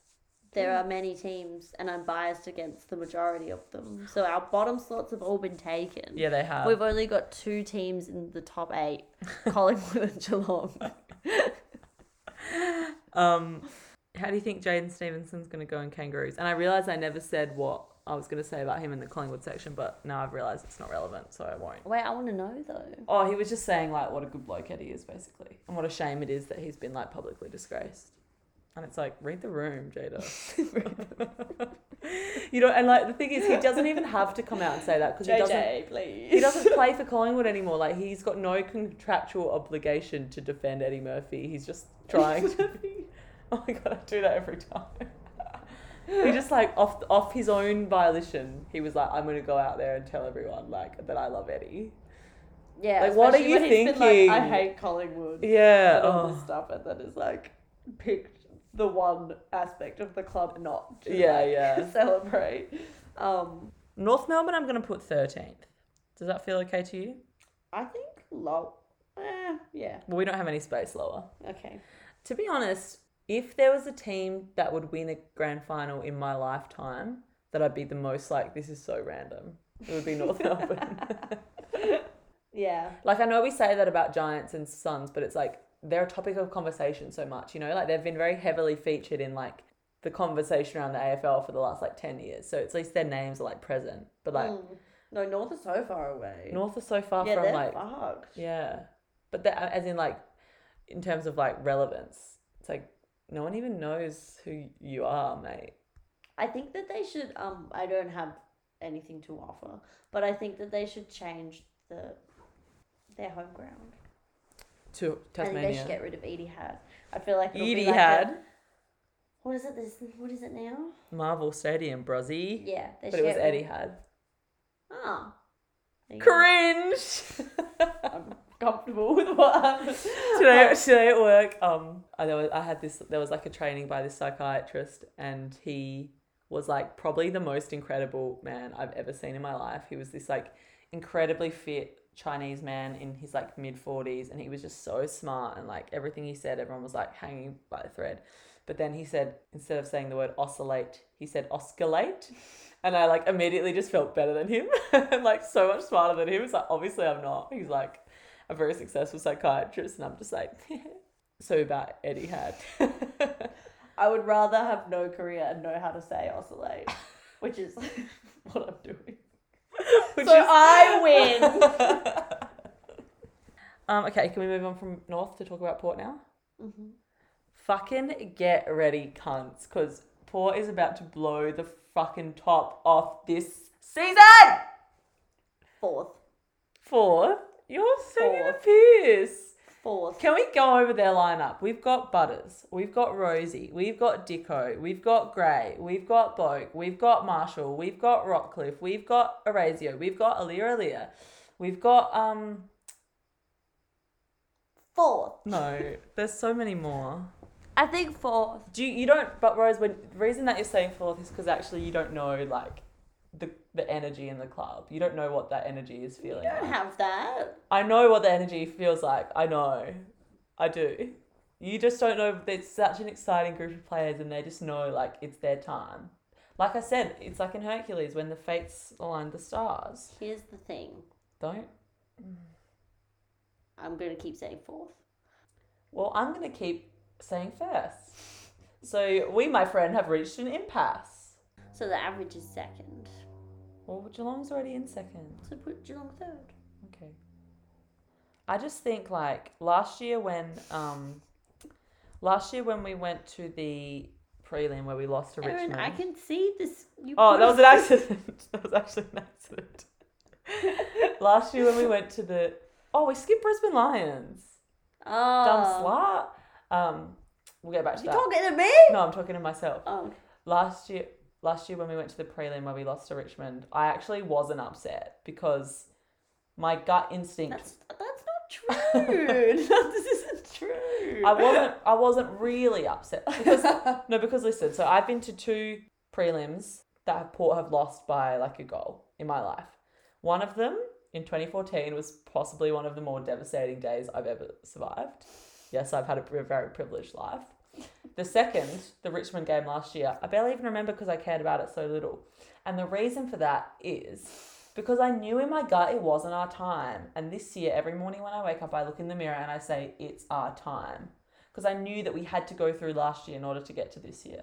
S2: There are many teams, and I'm biased against the majority of them. So our bottom slots have all been taken.
S1: Yeah, they have.
S2: We've only got two teams in the top eight: Collingwood and Geelong.
S1: Um, how do you think Jaden Stevenson's going to go in Kangaroos? And I realised I never said what I was going to say about him in the Collingwood section, but now I've realised it's not relevant, so I won't.
S2: Wait, I want to know though.
S1: Oh, he was just saying like what a good bloke Eddie is, basically, and what a shame it is that he's been like publicly disgraced. And it's like, read the room, Jada. you know, and like the thing is, he doesn't even have to come out and say that because he doesn't.
S2: please.
S1: He doesn't play for Collingwood anymore. Like he's got no contractual obligation to defend Eddie Murphy. He's just trying to. oh my god, I do that every time. he just like off off his own violation. He was like, I'm gonna go out there and tell everyone like that I love Eddie.
S2: Yeah.
S1: Like, what are
S2: especially
S1: you
S2: when he's
S1: thinking?
S2: Been, like, I hate Collingwood.
S1: Yeah.
S2: and all
S1: oh.
S2: this stuff, and then it's like picked the one aspect of the club not to
S1: Yeah,
S2: like,
S1: yeah.
S2: celebrate. Um,
S1: North Melbourne, I'm going to put 13th. Does that feel okay to you?
S2: I think low. Eh, yeah.
S1: Well, we don't have any space lower.
S2: Okay.
S1: To be honest, if there was a team that would win a grand final in my lifetime, that I'd be the most like, this is so random, it would be North Melbourne.
S2: Yeah.
S1: Like, I know we say that about Giants and Suns, but it's like they're a topic of conversation so much, you know? Like, they've been very heavily featured in like the conversation around the AFL for the last like 10 years. So at least their names are like present. But like,
S2: Mm. No, North is so far away.
S1: North is so far
S2: yeah,
S1: from
S2: they're
S1: like.
S2: fucked.
S1: Yeah, but that as in like, in terms of like relevance, it's like no one even knows who you are, mate.
S2: I think that they should. Um, I don't have anything to offer, but I think that they should change the their home ground. I
S1: To
S2: think they should
S1: Tasmania,
S2: get rid of Edie Had. I feel like it'll be
S1: Edie
S2: like a-
S1: had
S2: what is it? This what is it now?
S1: Marvel Stadium, Brozzy,
S2: Yeah, they
S1: but it was
S2: share-
S1: Eddie had.
S2: Ah, There you go.
S1: Cringe.
S2: I'm comfortable with what happened.
S1: today, today at work, um, I, there was, I had this. There was like a training by this psychiatrist, and he was like probably the most incredible man I've ever seen in my life. He was this like incredibly fit Chinese man in his like mid forties, and he was just so smart. And like everything he said, everyone was like hanging by a thread. But then he said instead of saying the word oscillate, he said oscillate. And I like immediately just felt better than him, and like so much smarter than him. It's like obviously I'm not. He's like a very successful psychiatrist, and I'm just like, so bad Eddie had.
S2: I would rather have no career and know how to say oscillate, which is what I'm doing.
S1: Which
S2: so uh,
S1: is-
S2: I
S1: um, okay, can we move on from North to talk about Port now?
S2: win. hmm
S1: Fucking get ready, cunts, because Port is about to blow the fucking top off this season.
S2: Fourth,
S1: Fourth, you're taking a
S2: Fourth.
S1: piss.
S2: fourth.
S1: Can we go over their lineup? We've got Butters, we've got Rosie, we've got Dicko, we've got Gray, we've got Boke, we've got Marshall, we've got Rockcliffe, we've got Erasio, we've got Alia Alia, we've got um
S2: Fourth.
S1: no, there's so many more.
S2: I think fourth.
S1: Do you, you don't? But Rose, when the reason that you're saying fourth is because actually you don't know like the the energy in the club. You don't know what that energy is feeling.
S2: You don't
S1: like.
S2: have that.
S1: I know what the energy feels like. I know. I do. You just don't know. There's such an exciting group of players, and they just know like it's their time. Like I said, it's like in Hercules when the fates aligned the stars.
S2: Here's the thing.
S1: Don't.
S2: I'm gonna keep saying fourth.
S1: Well, I'm going to keep saying first. So we, my friend, have reached an impasse.
S2: So the average is second.
S1: Well, Geelong's already in second.
S2: So put Geelong third.
S1: Okay. I just think like last year when um last year when we went to the prelim where we lost to
S2: Erin,
S1: Richmond.
S2: I can see this. You
S1: Oh,
S2: put
S1: that was an
S2: us-
S1: accident. that was actually an accident. last year when we went to the Oh, we skipped Brisbane Lions.
S2: Oh.
S1: Dumb slut. Um we'll go back to
S2: You
S1: that.
S2: talking to me?
S1: No, I'm talking to myself.
S2: Oh,
S1: last year last year when we went to the prelim where we lost to Richmond, I actually wasn't upset because my gut instinct
S2: that's that's not true. this isn't true.
S1: I wasn't I wasn't really upset. Because no, because listen, so I've been to two prelims that have Port have lost by like a goal in my life. One of them in 2014 was possibly one of the more devastating days I've ever survived. Yes, I've had a pri- very privileged life. The second, the Richmond game last year, I barely even remember because I cared about it so little. And the reason for that is because I knew in my gut it wasn't our time. And this year, every morning when I wake up, I look in the mirror and I say, It's our time. Because I knew that we had to go through last year in order to get to this year.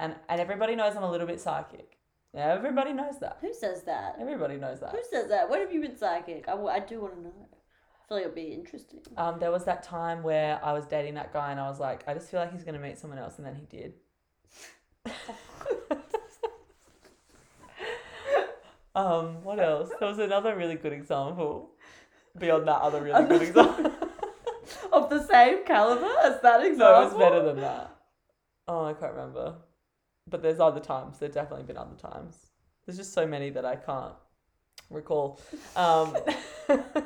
S1: And, and everybody knows I'm a little bit psychic. Everybody knows that.
S2: Who says that?
S1: Everybody knows that.
S2: Who says that? When have you been psychic? I, wa- I do want to know. I feel like it'll be interesting.
S1: Um, there was that time where I was dating that guy and I was like, I just feel like he's going to meet someone else. And then he did. um, what else? There was another really good example beyond that other really good example.
S2: of the same caliber as that example.
S1: no, it was better than that. Oh, I can't remember. But there's other times. There's definitely been other times. There's just so many that I can't recall. Um,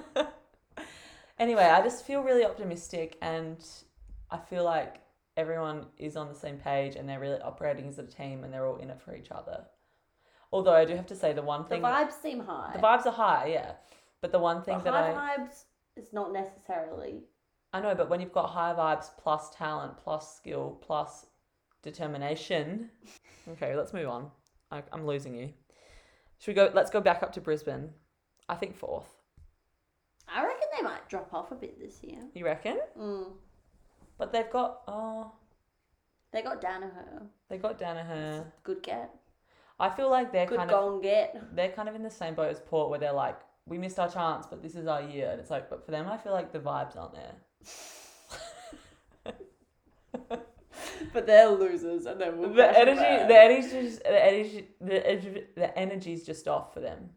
S1: anyway, I just feel really optimistic and I feel like everyone is on the same page and they're really operating as a team and they're all in it for each other. Although I do have to say the one
S2: The
S1: thing
S2: vibes seem high.
S1: the vibes are high, yeah. But the one thing
S2: But
S1: that
S2: high
S1: I
S2: vibes is not necessarily.
S1: I know, but when you've got high vibes plus talent plus skill plus determination. Okay, let's move on. I, I'm losing you. Should we go? Let's go back up to Brisbane. I think fourth.
S2: I reckon they might drop off a bit this year.
S1: You reckon?
S2: Mm.
S1: But they've got oh,
S2: They got Danaher.
S1: they got Danaher.
S2: Good get.
S1: I feel like they're
S2: Good
S1: kind of
S2: gone get.
S1: they're kind of in the same boat as Port, where they're like, we missed our chance, but this is our year, and it's like, but for them, I feel like the vibes aren't there.
S2: But they're losers, and then
S1: The energy, the energy, the energy, the energy, the energy's just off for them.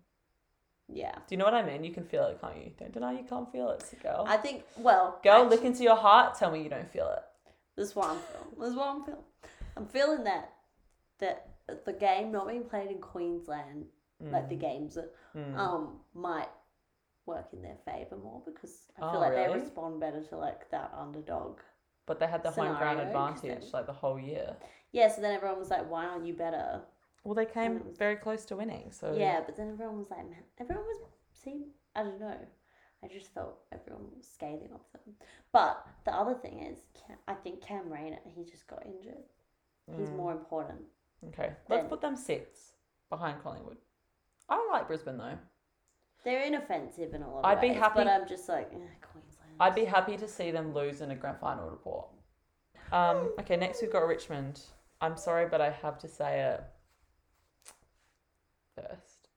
S2: Yeah,
S1: Do you know what I mean? You can feel it, can't you? Don't deny you can't feel it, girl.
S2: I think. Well,
S1: girl,
S2: actually,
S1: look into your heart. Tell me you don't feel it.
S2: This is what I'm feeling. This is what I'm feeling. I'm feeling that that the game not being played in Queensland, like the games,
S1: Mm.
S2: um, might work in their favour more because I feel
S1: Oh,
S2: like they
S1: really?
S2: respond better to like that underdog.
S1: But they had the home
S2: scenario,
S1: ground
S2: 'cause
S1: advantage
S2: then-
S1: like the whole year.
S2: Yeah, so then everyone was like, "Why aren't you better?"
S1: Well, they came
S2: Mm.
S1: very close to winning. So
S2: Yeah, but then everyone was like, "Man, everyone was see, I don't know." I just felt everyone was scathing of them. But the other thing is, Cam, I think Cam Rayner, he just got injured. He's
S1: Mm.
S2: more important.
S1: Okay, let's
S2: Then-
S1: put them six behind Collingwood. I like Brisbane though.
S2: They're inoffensive in a lot of
S1: I'd be
S2: ways,
S1: happy-
S2: but I'm just like eh, Queensland.
S1: I'd be happy to see them lose in a grand final report. Um, okay, next we've got Richmond. I'm sorry, but I have to say it first.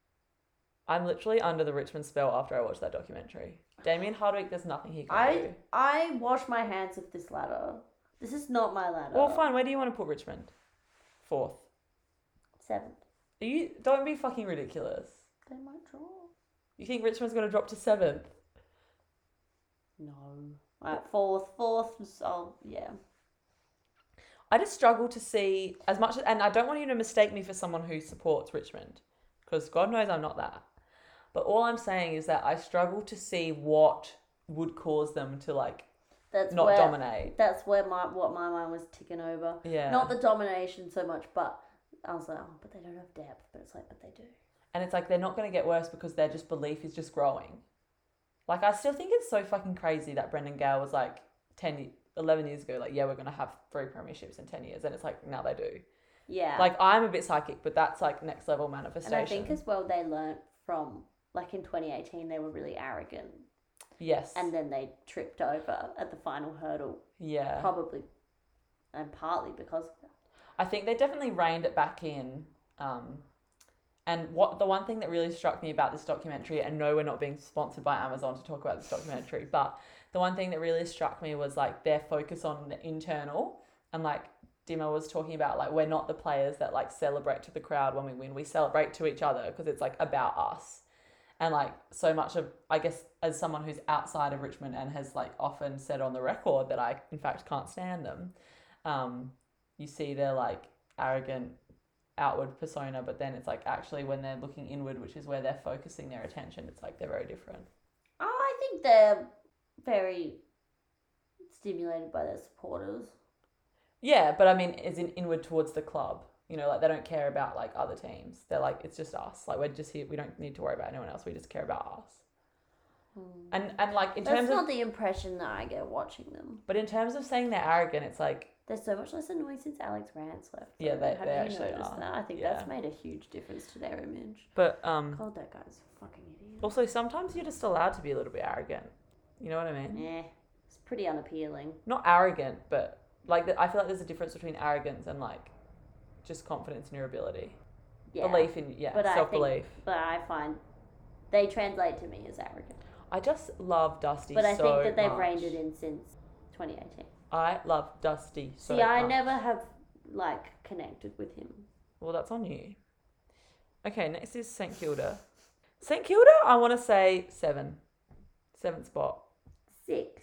S1: I'm literally under the Richmond spell after I watched that documentary. Damien Hardwick, there's nothing he can
S2: I
S1: do.
S2: I wash my hands of this ladder. This is not my ladder.
S1: Well, fine. Where do you want to put Richmond? Fourth.
S2: Seventh.
S1: Are you don't be fucking ridiculous.
S2: They might draw.
S1: You think Richmond's gonna drop to seventh?
S2: No. Right, fourth, fourth. So yeah.
S1: I just struggle to see as much, and I don't want you to mistake me for someone who supports Richmond, because God knows I'm not that. But all I'm saying is that I struggle to see what would cause them to like
S2: That's
S1: not
S2: where,
S1: dominate.
S2: That's where my what my mind was ticking over.
S1: Yeah.
S2: Not the domination so much, but I was like, oh, but they don't have depth. But it's like, but they do.
S1: and it's like they're not going to get worse because their just belief is just growing. Like I still think it's so fucking crazy that Brendan Gale was like 10, 11 years ago, like yeah, we're going to have three premierships in ten years, and it's like now they do.
S2: Yeah.
S1: Like I'm a bit psychic, but that's like next level
S2: and
S1: manifestation.
S2: I think as well they learnt from like in 2018 they were really arrogant
S1: yes.
S2: and then they tripped over at the final hurdle
S1: yeah.
S2: probably and partly because oh, of that.
S1: I think they definitely reined it back in. Um, and what the one thing that really struck me about this documentary, and no, we're not being sponsored by Amazon to talk about this documentary, but the one thing that really struck me was like their focus on the internal and like Dima was talking about like we're not the players that like celebrate to the crowd when we win. We celebrate to each other because it's like about us. And like so much of I guess as someone who's outside of Richmond and has like often said on the record that I in fact can't stand them. Um, you see their like arrogant outward persona, but then it's like actually when they're looking inward, which is where they're focusing their attention, it's like they're very different.
S2: Oh, I think they're very stimulated by their supporters.
S1: Yeah, but I mean, as in inward towards the club. You know, like they don't care about like other teams. They're like, it's just us. Like we're just here. We don't need to worry about anyone else. We just care about us. And and like Hmm. in
S2: That's
S1: terms
S2: not
S1: of,
S2: the impression that I get watching them.
S1: but in terms of saying they're arrogant, it's like
S2: They're so much less annoying since Alex Rance left.
S1: Yeah, they-
S2: Have
S1: they
S2: you
S1: actually
S2: noticed
S1: are.
S2: that? I think
S1: Yeah.
S2: that's made a huge difference to their image.
S1: but um.
S2: God, that guy's a fucking idiot.
S1: Also, sometimes you're just allowed to be a little bit arrogant. You know what I mean?
S2: Yeah, Eh, it's pretty unappealing.
S1: Not arrogant, but like I feel like there's a difference between arrogance and like just confidence in your ability,
S2: Yeah,
S1: belief in yeah,
S2: But I
S1: self
S2: think-
S1: belief.
S2: but I find they translate to me as arrogant.
S1: I just love Dusty.
S2: But I
S1: so
S2: think that they've
S1: much.
S2: reined it in since 2018.
S1: I love Dusty so
S2: See, I
S1: much.
S2: never have like connected with him.
S1: Well, that's on you. Okay, next is St Kilda. St Kilda, I want to say seven, seventh spot.
S2: Six.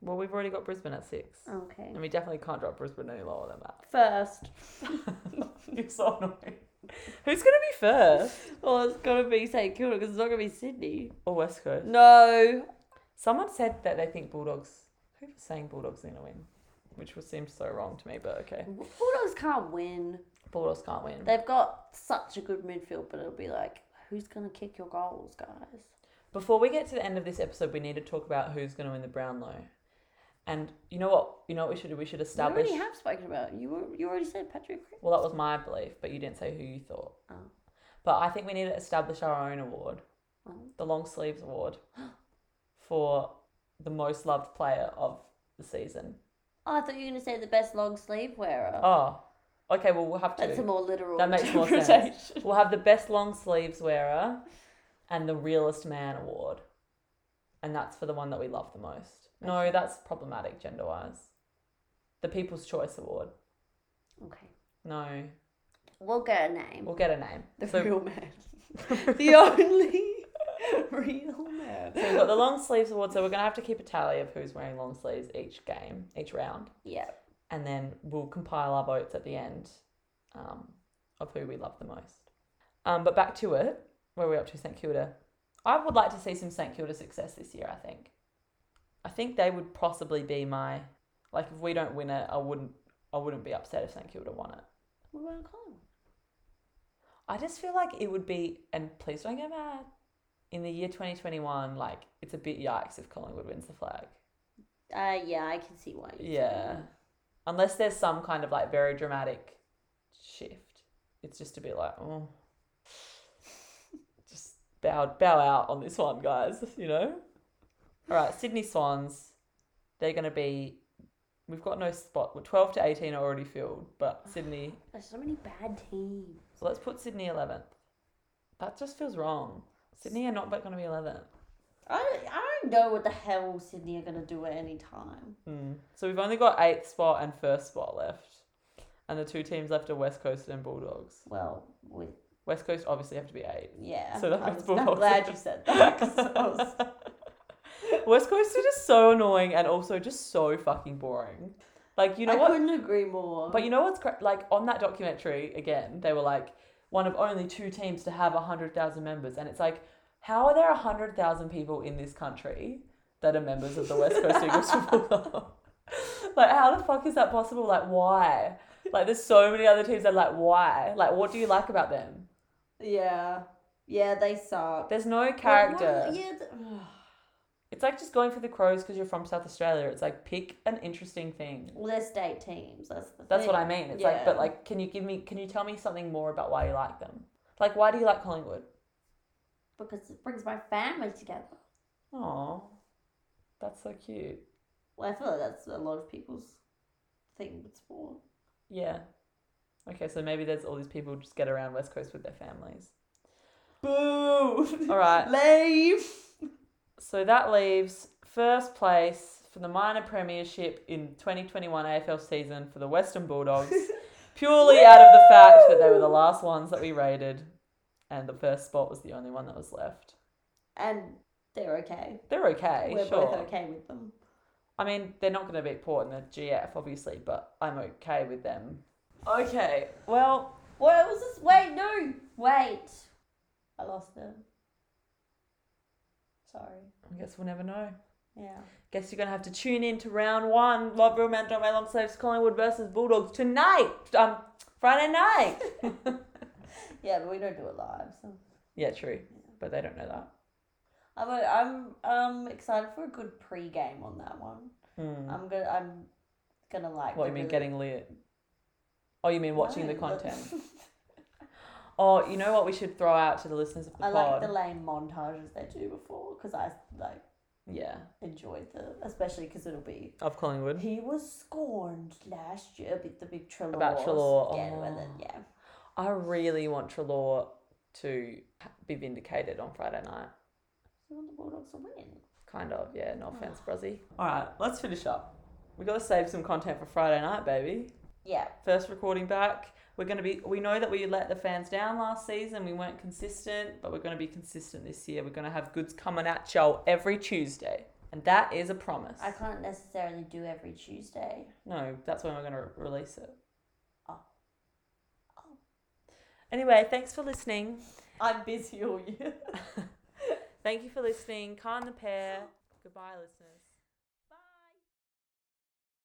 S1: Well, we've already got Brisbane at six,
S2: Okay.
S1: and we definitely can't drop Brisbane any lower than that.
S2: First.
S1: You're so annoying. Who's gonna be first?
S2: Well, Oh, it's gotta be St Kilda because it's not gonna be Sydney.
S1: Or West Coast?
S2: No.
S1: Someone said that they think Bulldogs. Who was saying Bulldogs are gonna win? Which was seemed so wrong to me, but okay.
S2: Bulldogs can't win.
S1: Bulldogs can't win.
S2: They've got such a good midfield, but it'll be like, who's gonna kick your goals, guys?
S1: Before we get to the end of this episode, we need to talk about who's going to win the Brownlow. And you know what? You know what we should do? We should establish.
S2: We already have spoken about it. you. were- You already said Patrick. Crick.
S1: well, that was my belief, but you didn't say who you thought.
S2: Oh.
S1: But I think we need to establish our own award,
S2: Oh.
S1: the long sleeves award, for the most loved player of the season.
S2: Oh, I thought you were gonna say the best long sleeve wearer.
S1: Oh, okay. Well, we'll have
S2: That's a
S1: to.
S2: more literal.
S1: That makes more sense.
S2: interpretation.
S1: We'll have the best long sleeves wearer, and the realest man award, and that's for the one that we love the most. No,
S2: Okay.
S1: that's problematic gender wise. The People's Choice Award.
S2: Okay.
S1: No,
S2: We'll get a name.
S1: we'll get a name.
S2: the
S1: so
S2: real man. the only real
S1: so
S2: man.
S1: we've got the long sleeves award, so we're gonna have to keep a tally of who's wearing long sleeves each game, each round,
S2: Yeah.
S1: and then we'll compile our votes at the end um, of who we love the most. Um, but back to it, where we're up to St Kilda. I would like to see some St Kilda success this year. I think. I think they would possibly be my like if we don't win it, I wouldn't. I wouldn't be upset if St Kilda won it.
S2: What about Colin?
S1: I just feel like it would be, and please don't get mad. In the year 2021, like it's a bit yikes if Collingwood wins the flag.
S2: Uh, yeah, I can see why. you
S1: Yeah. Unless there's some kind of like very dramatic shift. It's just a bit like, oh, just bow, bow out on this one, guys, you know? All right, Sydney Swans, they're going to be, we've got no spot. We're 12 to 18 are already filled, but Sydney,
S2: There's so many bad teams.
S1: so let's put Sydney 11th. That just feels wrong. Sydney are not going to be 11th.
S2: I don't, I don't know what the hell Sydney are gonna do at any time.
S1: Mm. So we've only got eighth spot and first spot left. And the two teams left are West Coast and Bulldogs.
S2: Well, with
S1: West Coast obviously have to be eight.
S2: yeah.
S1: So that
S2: I
S1: makes
S2: was, I'm
S1: Bulldogs.
S2: glad you said that. 'cause I was-
S1: West Coast are just so annoying and also just so fucking boring. Like you know
S2: I
S1: what?
S2: couldn't agree more.
S1: But you know what's cra- like on that documentary again? They were like one of only two teams to have hundred thousand members, and it's like, how are there hundred thousand people in this country that are members of the West Coast Eagles Football Club? Like, how the fuck is that possible? Like, why? Like, there's so many other teams that like, why? Like, what do you like about them?
S2: yeah, yeah, they suck.
S1: There's no character.
S2: Well, yeah, th-
S1: It's like just going for the Crows because you're from South Australia. It's like pick an interesting thing.
S2: Well, they're state teams. That's the
S1: That's what
S2: thing.
S1: I mean. It's
S2: Yeah.
S1: like, but like, can you give me? Can you tell me something more about why you like them? Like, why do you like Collingwood?
S2: because it brings my family together.
S1: Oh, that's so cute.
S2: Well, I feel like that's a lot of people's thing with sport.
S1: Yeah. Okay, so maybe there's all these people who just get around West Coast with their families. All
S2: Boo!
S1: right.
S2: Leave.
S1: So that leaves first place for the minor premiership in 2021 AFL season for the Western Bulldogs, purely out of the fact that they were the last ones that we rated, and the first spot was the only one that was left.
S2: and they're okay.
S1: They're okay,
S2: We're
S1: sure.
S2: both okay with them.
S1: I mean, they're not going to beat Port in the GF, obviously, but I'm okay with them. Okay, well,
S2: What was this? Wait, no, wait. I lost them. Sorry.
S1: I guess we'll never know.
S2: Yeah.
S1: Guess you're gonna have to tune in to round one, Love Real Man, Don't Make Long Slaves, Collingwood versus Bulldogs tonight. Um, Friday night.
S2: Yeah, but we don't do it live, so
S1: yeah, true. But they don't know that.
S2: I'm a, I'm um excited for a good pre-game on that one.
S1: Hmm.
S2: I'm gonna I'm gonna like.
S1: What
S2: the
S1: you mean
S2: really-
S1: getting lit? Oh, you mean watching the
S2: No,
S1: content? Oh, you know what we should throw out to the listeners of the
S2: I like
S1: pod?
S2: the lame montages they do before because I like
S1: Yeah,
S2: enjoy the especially because it'll be
S1: of Collingwood.
S2: he was scorned last year with the big Trelaw
S1: About Treloar,
S2: scandal, and then
S1: oh.
S2: yeah
S1: I really want Trelaw to be vindicated on Friday night.
S2: you want the Bulldogs to win
S1: Kind of, yeah. No offense, Bruzzy. All right, Ah. let's finish up. We gotta save some content for Friday night, baby.
S2: yeah
S1: first recording back. We're going to be, we know that we let the fans down last season. We weren't consistent, but we're going to be consistent this year. We're going to have goods coming at y'all every Tuesday. And that is a promise.
S2: I can't necessarily do every Tuesday
S1: No, that's when we're going to re- release it.
S2: Oh. Oh.
S1: Anyway, thanks for listening.
S2: I'm busy all year.
S1: Thank you for listening. Khan the pair. Goodbye, listeners.